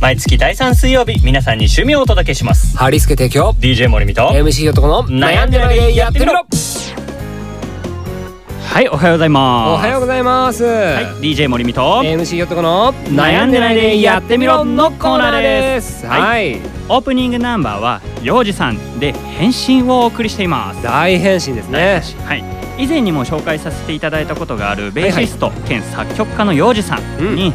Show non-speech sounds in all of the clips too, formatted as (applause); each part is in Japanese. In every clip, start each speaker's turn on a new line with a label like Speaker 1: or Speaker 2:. Speaker 1: 毎月第3水曜日皆さんに趣味をお届けします
Speaker 2: ハリスケ提供
Speaker 1: DJ 森美と
Speaker 2: MC 男の悩んでないでやってみろ
Speaker 1: はいおはようござい
Speaker 2: お
Speaker 1: ます
Speaker 2: はようございます、
Speaker 1: はい DJ 森美と
Speaker 2: MC 男の
Speaker 1: 悩んでないでやってみろのコーナーです
Speaker 2: はい、
Speaker 1: オープニングナンバーは陽次さんで返信をお送りしています
Speaker 2: 大変身ですね
Speaker 1: はい以前にも紹介させていただいたことがあるベーシスト兼作曲家の陽次さんに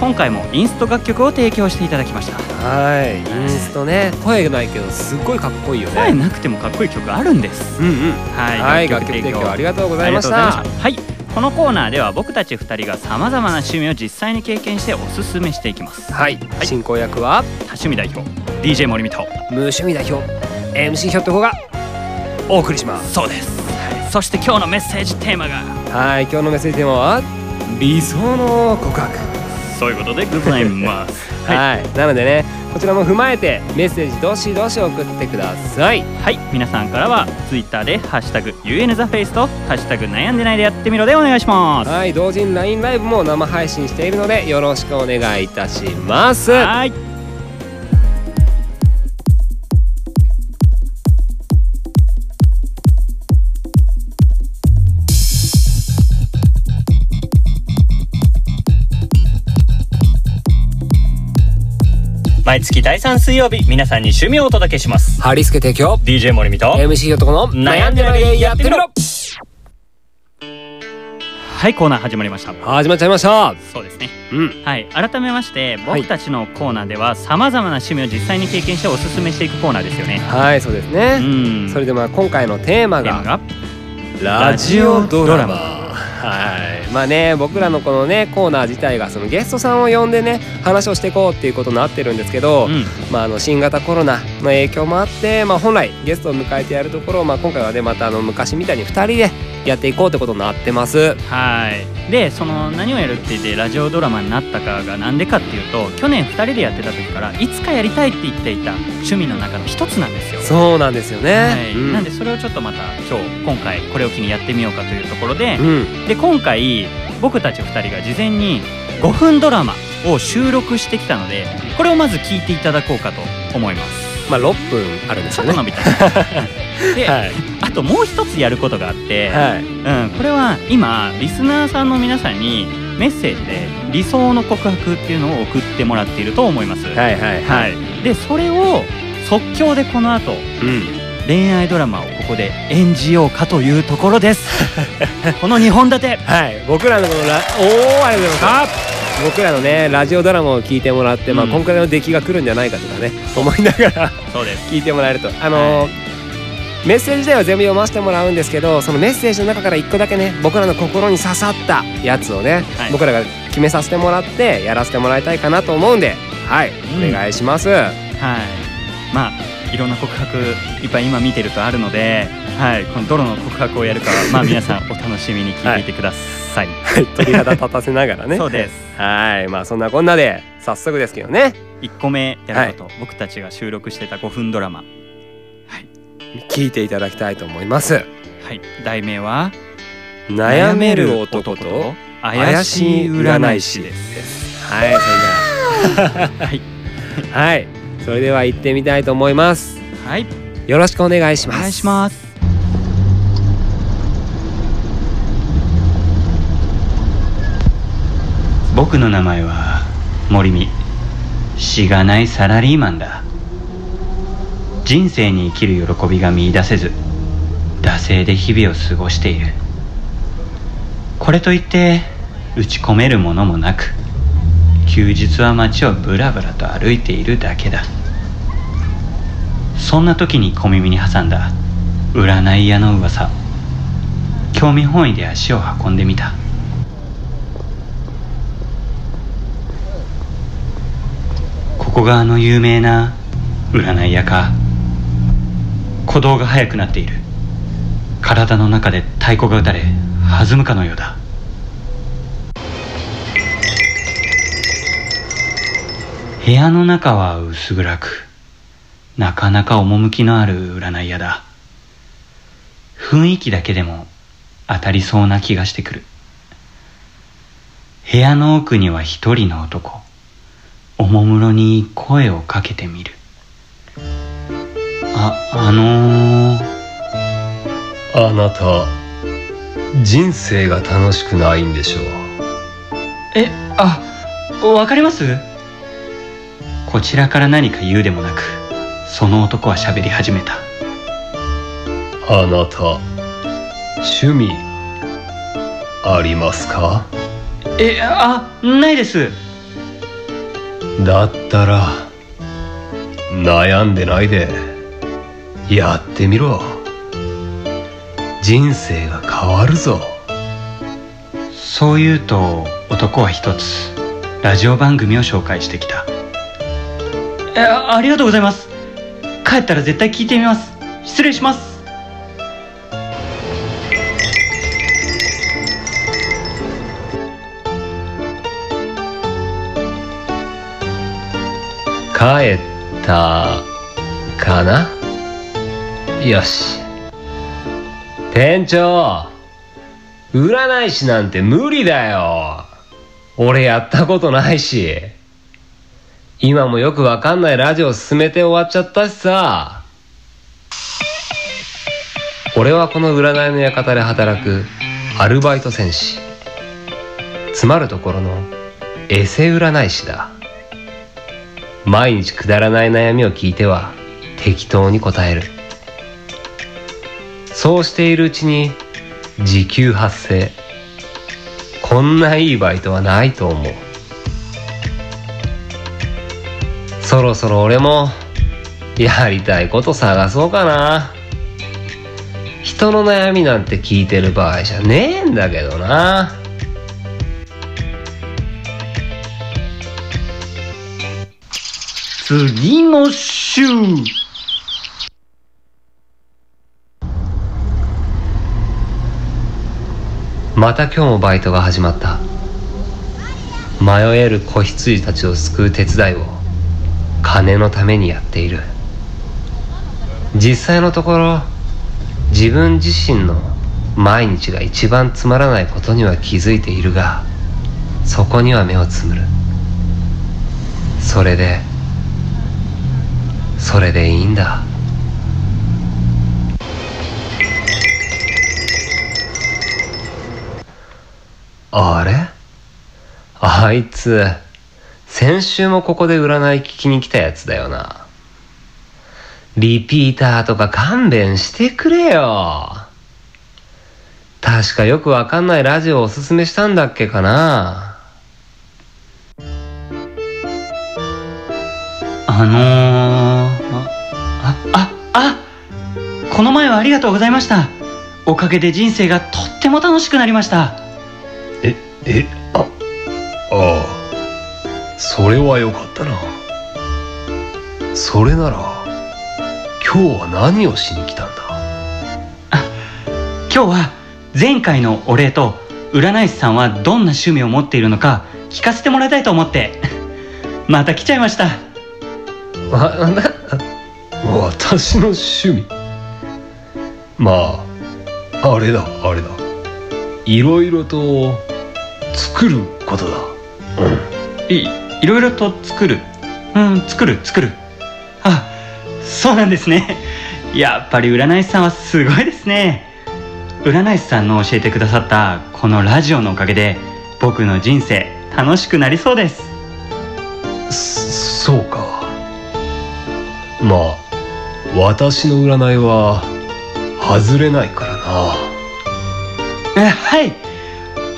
Speaker 1: 今回もインスト楽曲を提供していただきました
Speaker 2: はいインストね声がないけどすっごいかっこいいよ
Speaker 1: 声
Speaker 2: ね
Speaker 1: なくてもかっこいい曲あるんです
Speaker 2: うんうん
Speaker 1: はい、
Speaker 2: はい楽曲提供ありがとうございました
Speaker 1: ありがとうございましたはいこのコーナーでは僕たち2人がさまざまな趣味を実際に経験しておすすめしていきます
Speaker 2: はい
Speaker 1: い
Speaker 2: 進行役は
Speaker 1: 多趣味代表 DJ 森美と
Speaker 2: 無趣味代表 MC ひょっとこがお送りします
Speaker 1: そうです、はい、そして今日のメッセージテーマが
Speaker 2: はい今日のメッセージテーマは理想の告白
Speaker 1: そういうことでございます (laughs) はい
Speaker 2: はい、なのでねこちらも踏まえてメッセージどしどし送ってください
Speaker 1: はい皆さんからはツイッターで「ハッシュタグ #UNTheFace」と「ハッシュタグ悩んでないでやってみろ」でお願いします
Speaker 2: はい同時に LINE ライブも生配信しているのでよろしくお願いいたします
Speaker 1: はい毎月第3水曜日皆さんに趣味をお届けします
Speaker 2: ハリスケ提供
Speaker 1: DJ 森美と
Speaker 2: MC 男の
Speaker 1: 悩んでないでやってみろはいコーナー始まりました
Speaker 2: 始まっちゃいました
Speaker 1: そうですね
Speaker 2: うん
Speaker 1: はい改めまして
Speaker 2: はい
Speaker 1: 僕たちのコーナーではさまざまな趣味を実際に経験しておすすめしていくコーナーですよね
Speaker 2: はいそうです
Speaker 1: う
Speaker 2: ね、
Speaker 1: ん
Speaker 2: それでまあ今回のテーマ
Speaker 1: テーマ
Speaker 2: が
Speaker 1: が
Speaker 2: ラジオドラマ
Speaker 1: ラジ
Speaker 2: はいまあね僕らのこのねコーナー自体がそのゲストさんを呼んでね話をしていこうっていうことになってるんですけど、
Speaker 1: うん
Speaker 2: まあ、あの新型コロナの影響もあって、まあ、本来ゲストを迎えてやるところを、まあ、今回はねまたあの昔みたいに2人でやっていこうってことになってます。
Speaker 1: はいでその何をやるって言ってラジオドラマになったかがなんでかっていうと去年2人でやってた時からいつかやりたいって言っていた趣味の中の一つなんですよ。
Speaker 2: そうなんですよね、
Speaker 1: はい
Speaker 2: うん
Speaker 1: なんでそれをちょっとまた今日今回これを機にやってみようかというところで
Speaker 2: うん
Speaker 1: で今回僕たち2人が事前に5分ドラマを収録してきたのでこれをまず聞いていただこうかと思います。
Speaker 2: まあ、6分あるんです
Speaker 1: ちょ
Speaker 2: よ
Speaker 1: っと
Speaker 2: ね。
Speaker 1: 伸びた
Speaker 2: (laughs)
Speaker 1: で、
Speaker 2: はい
Speaker 1: あともう一つやることがあって、
Speaker 2: は
Speaker 1: う
Speaker 2: い、
Speaker 1: ん、これは今リスナーさんの皆さんにメッセージで理想の告白っていうのを送ってもらっていると思います。、
Speaker 2: はいいはいはい、
Speaker 1: はい、でそれを即興でこの後
Speaker 2: うん、
Speaker 1: 恋愛ドラマをここで演じようかというところです。この2本立て
Speaker 2: はい僕らのこのラおーありがとうございます僕らのねラジオドラマを聞いてもらって、まあ、
Speaker 1: うん
Speaker 2: 今回の出来が来るんじゃないかとかね思いながら
Speaker 1: そうです。
Speaker 2: 聞いてもらえるとあのーメッセージ自体は全部読ませてもらうんですけどそのメッセージの中から一個だけね僕らの心に刺さったやつをね、
Speaker 1: はい
Speaker 2: 僕らが決めさせてもらってやらせてもらいたいかなと思うんではい、
Speaker 1: うん
Speaker 2: お願い
Speaker 1: (laughs)
Speaker 2: しますは
Speaker 1: はい。まあいろんな告白いっぱい今見てるとあるので、はい、このどの告白をやるかはまあ皆さんお楽しみに聞いていてください。
Speaker 2: い鳥肌立たせながらね
Speaker 1: そうです。
Speaker 2: はいまあそんなこんなで早速ですけどね
Speaker 1: 1個目やること、僕たちが収録してた5分ドラマ、
Speaker 2: 聞いていただきたいと思います
Speaker 1: はい、題名は
Speaker 2: 悩める男と
Speaker 1: 怪しい占い師です
Speaker 2: はい
Speaker 1: はい、
Speaker 2: それでははいそれでは行ってみたいと思います
Speaker 1: はい、
Speaker 2: よろしくお願いし
Speaker 1: お
Speaker 2: ます
Speaker 1: 願いします僕の名前は森美しがないサラリーマンだ人生に生きる喜びが見出せず惰性で日々を過ごしているこれといって打ち込めるものもなく休日は街をブラブラと歩いているだけだそんな時に小耳に挟んだ占い屋の噂興味本位で足を運んでみたここがあの有名な占い屋か鼓動が速くなっている体の中で太鼓が打たれ弾むかのようだ部屋の中は薄暗くなかなか趣のある占い屋だ雰囲気だけでも当たりそうな気がしてくる部屋の奥には一人の男面もむろに声をかけてみるああのー
Speaker 2: あなた人生が楽しくないんでしょう
Speaker 1: えあわかりますこちらから何か言うでもなくその男は喋り始めた
Speaker 2: あなた趣味ありますか
Speaker 1: えあないです
Speaker 2: だったら悩んでないでやってみろ人生が変わるぞ
Speaker 1: そう言うと男は一つラジオ番組を紹介してきたえあありがとうございます帰ったら絶対聞いてみます失礼します
Speaker 2: 帰ったかなよし店長占い師なんて無理だよ俺やったことないし今もよくわかんないラジオ進めて終わっちゃったしさ俺はこの占いの館で働くアルバイト戦士つまるところのエセ占い師だ毎日くだらない悩みを聞いては適当に答えるそうしているうちに時給発生こんないいバイトはないと思うそろそろ俺もやりたいこと探そうかな人の悩みなんて聞いてる場合じゃねえんだけどな
Speaker 1: 次の週
Speaker 2: また今日もバイトが始まった迷える子羊たちを救う手伝いを金のためにやっている実際のところ自分自身の毎日が一番つまらないことには気づいているがそこには目をつむるそれでそれでいいんだあれあいつ、先週もここで占い聞きに来たやつだよな。リピーターとか勘弁してくれよ。確かよくわかんないラジオをおすすめしたんだっけかな。
Speaker 1: あのー、ああああこの前はありがとうございましたおかげで人生がとっても楽しくなりました
Speaker 2: え、え、あ、ああ、それはよかったな。それなら、今日は何をしに来たんだ
Speaker 1: 今日は前回のお礼と占い師さんはどんな趣味を持っているのか聞かせてもらいたいと思って (laughs) また来ちゃいました
Speaker 2: わな私の趣味まああれだあれだいろいろと作ることだ
Speaker 1: いいろいろと作るうん作る作るあそうなんですね (laughs) やっぱり占い師さんはすごいですね占い師さんの教えてくださったこのラジオのおかげで僕の人生楽しくなりそうです
Speaker 2: そそうかまあ私の占いは外れないからな
Speaker 1: えはい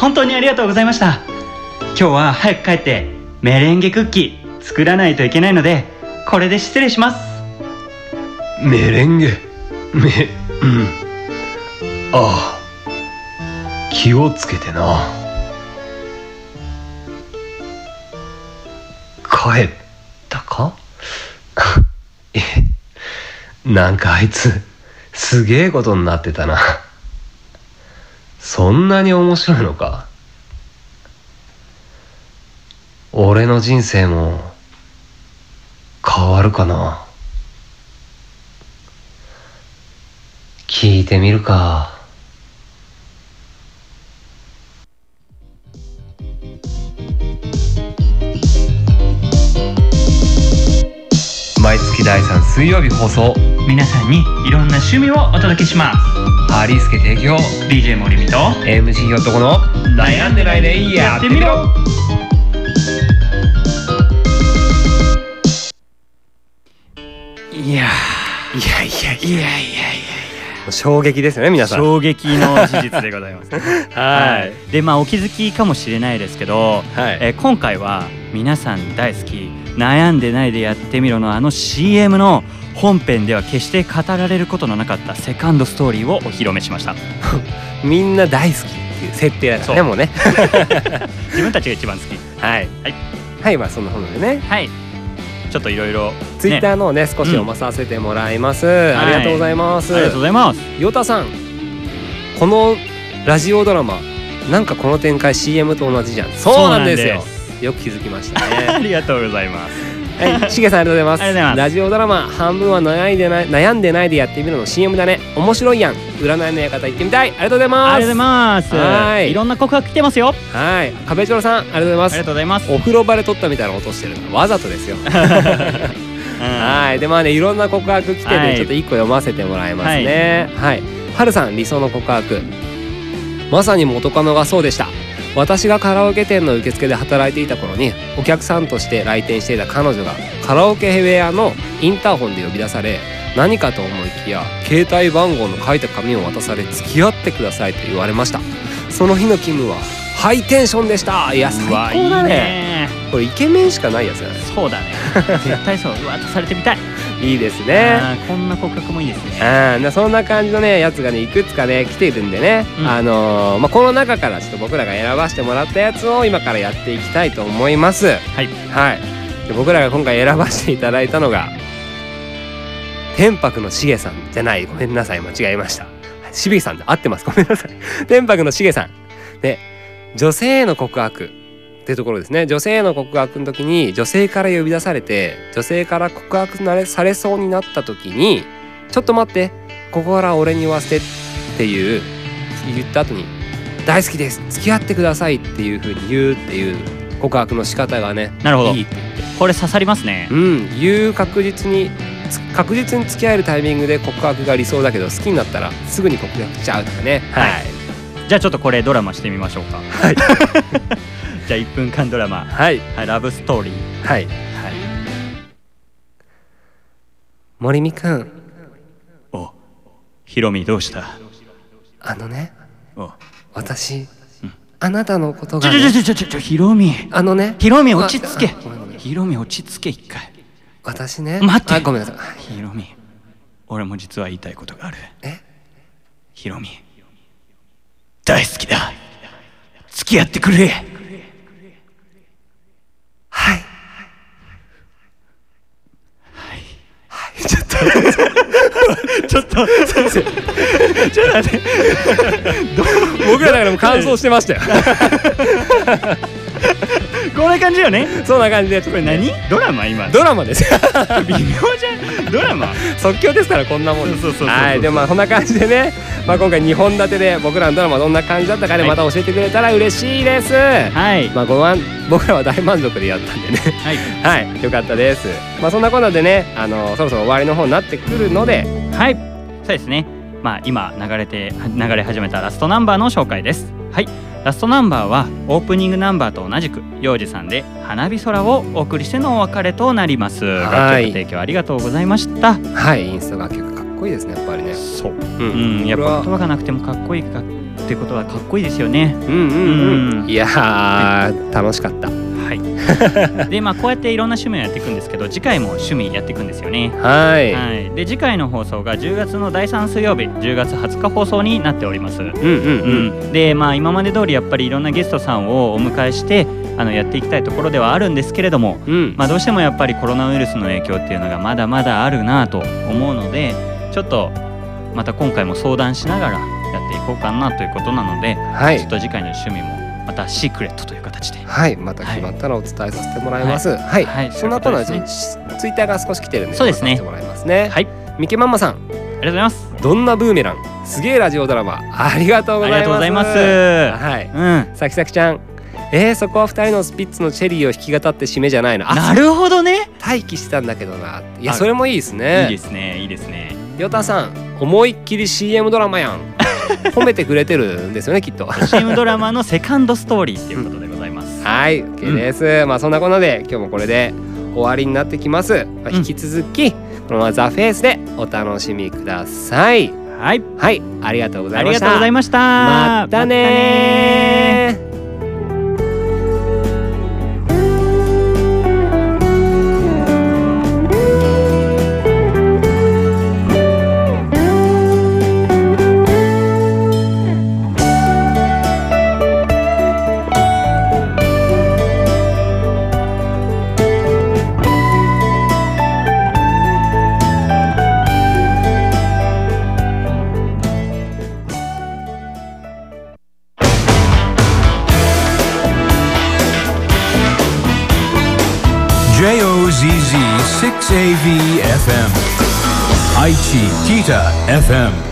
Speaker 1: 本当にありがとうございました今日は早く帰ってメレンゲクッキー作らないといけないのでこれで失礼します
Speaker 2: メレンゲめうんああ気をつけてな帰ったか (laughs) えなんかあいつすげえことになってたなそんなに面白いのか俺の人生も変わるかな聞いてみるか。
Speaker 3: 第3水曜日放送
Speaker 1: 皆さんにいろんな趣味をお届けしま
Speaker 3: ハリースケ提供
Speaker 1: す DJ 森美と
Speaker 3: MC 男の悩んでないでやってみろ
Speaker 1: いや
Speaker 2: いやいやい
Speaker 1: いやいや
Speaker 2: や衝撃ですよね皆さん
Speaker 1: 衝撃の事実でござい (laughs) ます、
Speaker 2: はい
Speaker 1: でまあお気づきかもしれないですけど、
Speaker 2: はい
Speaker 1: えー今回は皆さん大好き悩んでないでやってみろのあの CM の本編では決して語られることのなかったセカンドストーリーをお披露目しました
Speaker 2: みんな大好きっていう設定だからね
Speaker 1: そう
Speaker 2: もうね
Speaker 1: 自分たちが一番好き
Speaker 2: はい
Speaker 1: はい
Speaker 2: はいまあそんな本でね
Speaker 1: はいちょっといろいろ
Speaker 2: ツイッターのをね少し読まさせてもらいます、ありがとうございます、
Speaker 1: ありがとうございます
Speaker 2: ヨタさんこのラジオドラマなんかこの展開 CM と同じじゃんそうなんですよ
Speaker 1: そうなんで
Speaker 2: よく気づきました
Speaker 1: あ (laughs)
Speaker 2: ね
Speaker 1: りがとうございます
Speaker 2: はい、しげさんありがとうございます
Speaker 1: ありがとうございます
Speaker 2: ラジオドラマ半分は悩んでない悩んでないでやってみるの CM だね面白いやん占いの館行ってみたいありがとうございます
Speaker 1: ありがとうございます
Speaker 2: はい
Speaker 1: いろんな告白来てますよあ
Speaker 2: はい壁長さんありがとうございま
Speaker 1: り
Speaker 2: す
Speaker 1: がとうございます
Speaker 2: お風呂場で撮ったみたいな音してるのわざとですよはいでまあねいろんな告白来て
Speaker 1: は
Speaker 2: ね
Speaker 1: い
Speaker 2: ちょっと一個読ませてもらいますねはい、はるさん理想の告白まさに元カノがそうでした私がカラオケ店の受付で働いていた頃にお客さんとして来店していた彼女がカラオケ部屋のインターホンで呼び出され何かと思いきや携帯番号の書いた紙を渡され付き合ってくださいと言われましたその日のキムはハイテンションでしたいや最
Speaker 1: うわ
Speaker 2: 高だ
Speaker 1: いい
Speaker 2: ね
Speaker 1: ね
Speaker 2: これイケメンしかないやつだね
Speaker 1: そうだね (laughs) 絶対そううわ足されてみたい
Speaker 2: いいですね
Speaker 1: あーこんな告白もいいですね
Speaker 2: あーそんな感じのねやつがねいくつかね来ているんでね、
Speaker 1: うん
Speaker 2: あのーまあ、この中からちょっと僕らが選ばせてもらったやつを今からやっていきたいと思います
Speaker 1: はい
Speaker 2: はいで僕らが今回選ばせていただいたのが天白のしげさんじゃないごめんなさい間違えましたしびさんで合ってますごめんなさい天白のしげさんで女性への告白ってところですね女性への告白の時に女性から呼び出されて女性から告白なれされそうになった時に「ちょっと待ってここから俺に言わせて」っていう言った後に「大好きです付き合ってください」っていう風に言うっていう告白の仕方がね
Speaker 1: なるほど
Speaker 2: いい
Speaker 1: これ刺さりますね
Speaker 2: うん言う確実につ確実に付き合えるタイミングで告白が理想だけど好きになったらすぐに告白しちゃうとかね
Speaker 1: はいじゃあちょっとこれドラマしてみましょうかはい (laughs) じゃあ1分間ドラマ
Speaker 2: はい
Speaker 1: はいラブストーリー
Speaker 2: はい
Speaker 1: はい
Speaker 2: 森美くん
Speaker 1: おヒロミどうした
Speaker 2: あのね
Speaker 1: お
Speaker 2: 私、あなたのこと
Speaker 1: ち
Speaker 2: が
Speaker 1: ょ
Speaker 2: ね、
Speaker 1: ちょちょちょちょちょヒロミ
Speaker 2: あのね
Speaker 1: ヒロミ落ち着け
Speaker 2: ああごめんごめん
Speaker 1: ヒロミ落ち着け一回
Speaker 2: 私ね
Speaker 1: 待って
Speaker 2: あごめんなさい
Speaker 1: ヒロミ俺も実は言いたいことがある
Speaker 2: え
Speaker 1: ヒロミ大好きだ付き合ってくれ
Speaker 2: はい
Speaker 1: (laughs) ちょっと先生ちょっと待って
Speaker 2: 僕らだからもう乾燥してましたよ
Speaker 1: こんな感じよね
Speaker 2: (laughs) そんな感じでち
Speaker 1: こ
Speaker 2: ょっ
Speaker 1: とれ
Speaker 2: ね
Speaker 1: 何ドラマ今
Speaker 2: ドラマです (laughs)
Speaker 1: 微妙じゃんドラマ
Speaker 2: 即興ですからこんなもんです
Speaker 1: そうそうそうそう
Speaker 2: はいでもまあこんな感じでね、まあ、今回2本立てで僕らのドラマどんな感じだったかね、
Speaker 1: はい
Speaker 2: また教えてくれたら嬉しいです、
Speaker 1: はい
Speaker 2: まあ、ごまん (laughs) 僕らは大満足でやったんでね (laughs)
Speaker 1: はい
Speaker 2: はいよかったですまあそんなこんなでねあのそろそろ終わりの方になってくるので
Speaker 1: はい、そうですね。まあ今流れて流れ始めたラストナンバーの紹介です。はい、ラストナンバーはオープニングナンバーと同じく幼児さんで花火空をお送りしてのお別れとなります。
Speaker 2: はい
Speaker 1: 楽曲提供ありがとうございました。
Speaker 2: はいインスタ楽曲かっこいいですねやっぱりね
Speaker 1: そう。
Speaker 2: う
Speaker 1: うん、やっぱ言
Speaker 2: これは
Speaker 1: 葉がなくてもかっこいいかってことはかっこいいですよね。
Speaker 2: うんうんうん、
Speaker 1: うん
Speaker 2: いやー楽しかった
Speaker 1: はい。 (laughs) でまあこうやっていろんな趣味をやっていくんですけど、次回も趣味やっていくんですよね。
Speaker 2: はい、
Speaker 1: はい。で次回の放送が10月の第3水曜日、10月20日放送になっております。
Speaker 2: うんうんうん、
Speaker 1: うん、でまあ今まで通りやっぱりいろんなゲストさんをお迎えしてあのやっていきたいところではあるんですけれども、
Speaker 2: うん
Speaker 1: まあ、どうしてもやっぱりコロナウイルスの影響っていうのがまだまだあるなと思うのでちょっとまた今回も相談しながらやっていこうかなということなので、
Speaker 2: は
Speaker 1: ちょっ
Speaker 2: い、
Speaker 1: と次回の趣味もまたシークレットという形で。
Speaker 2: はい、また決まったらお伝えさせてもらいます。はい、
Speaker 1: はいはい
Speaker 2: そんなことは、
Speaker 1: そういうこと
Speaker 2: ツイッターが少し来てるんで、
Speaker 1: そうですね
Speaker 2: またさせてもらいますね。
Speaker 1: はい、
Speaker 2: ミケマンマさん、
Speaker 1: ありがとうございます。
Speaker 2: どんなブーメラン、すげえラジオドラマ、ありがとう
Speaker 1: あ
Speaker 2: ご
Speaker 1: り
Speaker 2: ざ
Speaker 1: が
Speaker 2: い
Speaker 1: とう
Speaker 2: ま
Speaker 1: ご
Speaker 2: す。
Speaker 1: ざいます。
Speaker 2: はい、
Speaker 1: うん、
Speaker 2: さきさきちゃん、えー、そこは二人のスピッツのチェリーを弾き語って締めじゃないのあ
Speaker 1: なるほどね
Speaker 2: 待機してたんだけどないや
Speaker 1: あ
Speaker 2: それもいいです
Speaker 1: いい
Speaker 2: ね
Speaker 1: ですねいいですね
Speaker 2: ヨタさん思いっきり CM ドラマやん褒めてくれてるんですよねき
Speaker 1: (laughs)
Speaker 2: っと
Speaker 1: CM ドラマのセカンドストーリーっていうことでございます、
Speaker 2: はい OK です、まあそんなこんなで今日もこれで終わりになってきます、まあ、
Speaker 1: うん
Speaker 2: 引き続き、このままザ・フェイスでお楽しみください
Speaker 1: はい
Speaker 2: はいありがとうござ
Speaker 1: あ
Speaker 2: い
Speaker 1: り
Speaker 2: ま
Speaker 1: が
Speaker 2: した
Speaker 1: とうございました
Speaker 2: またねー
Speaker 4: J O Z Z 6 A V F M. Aichi Kita FM.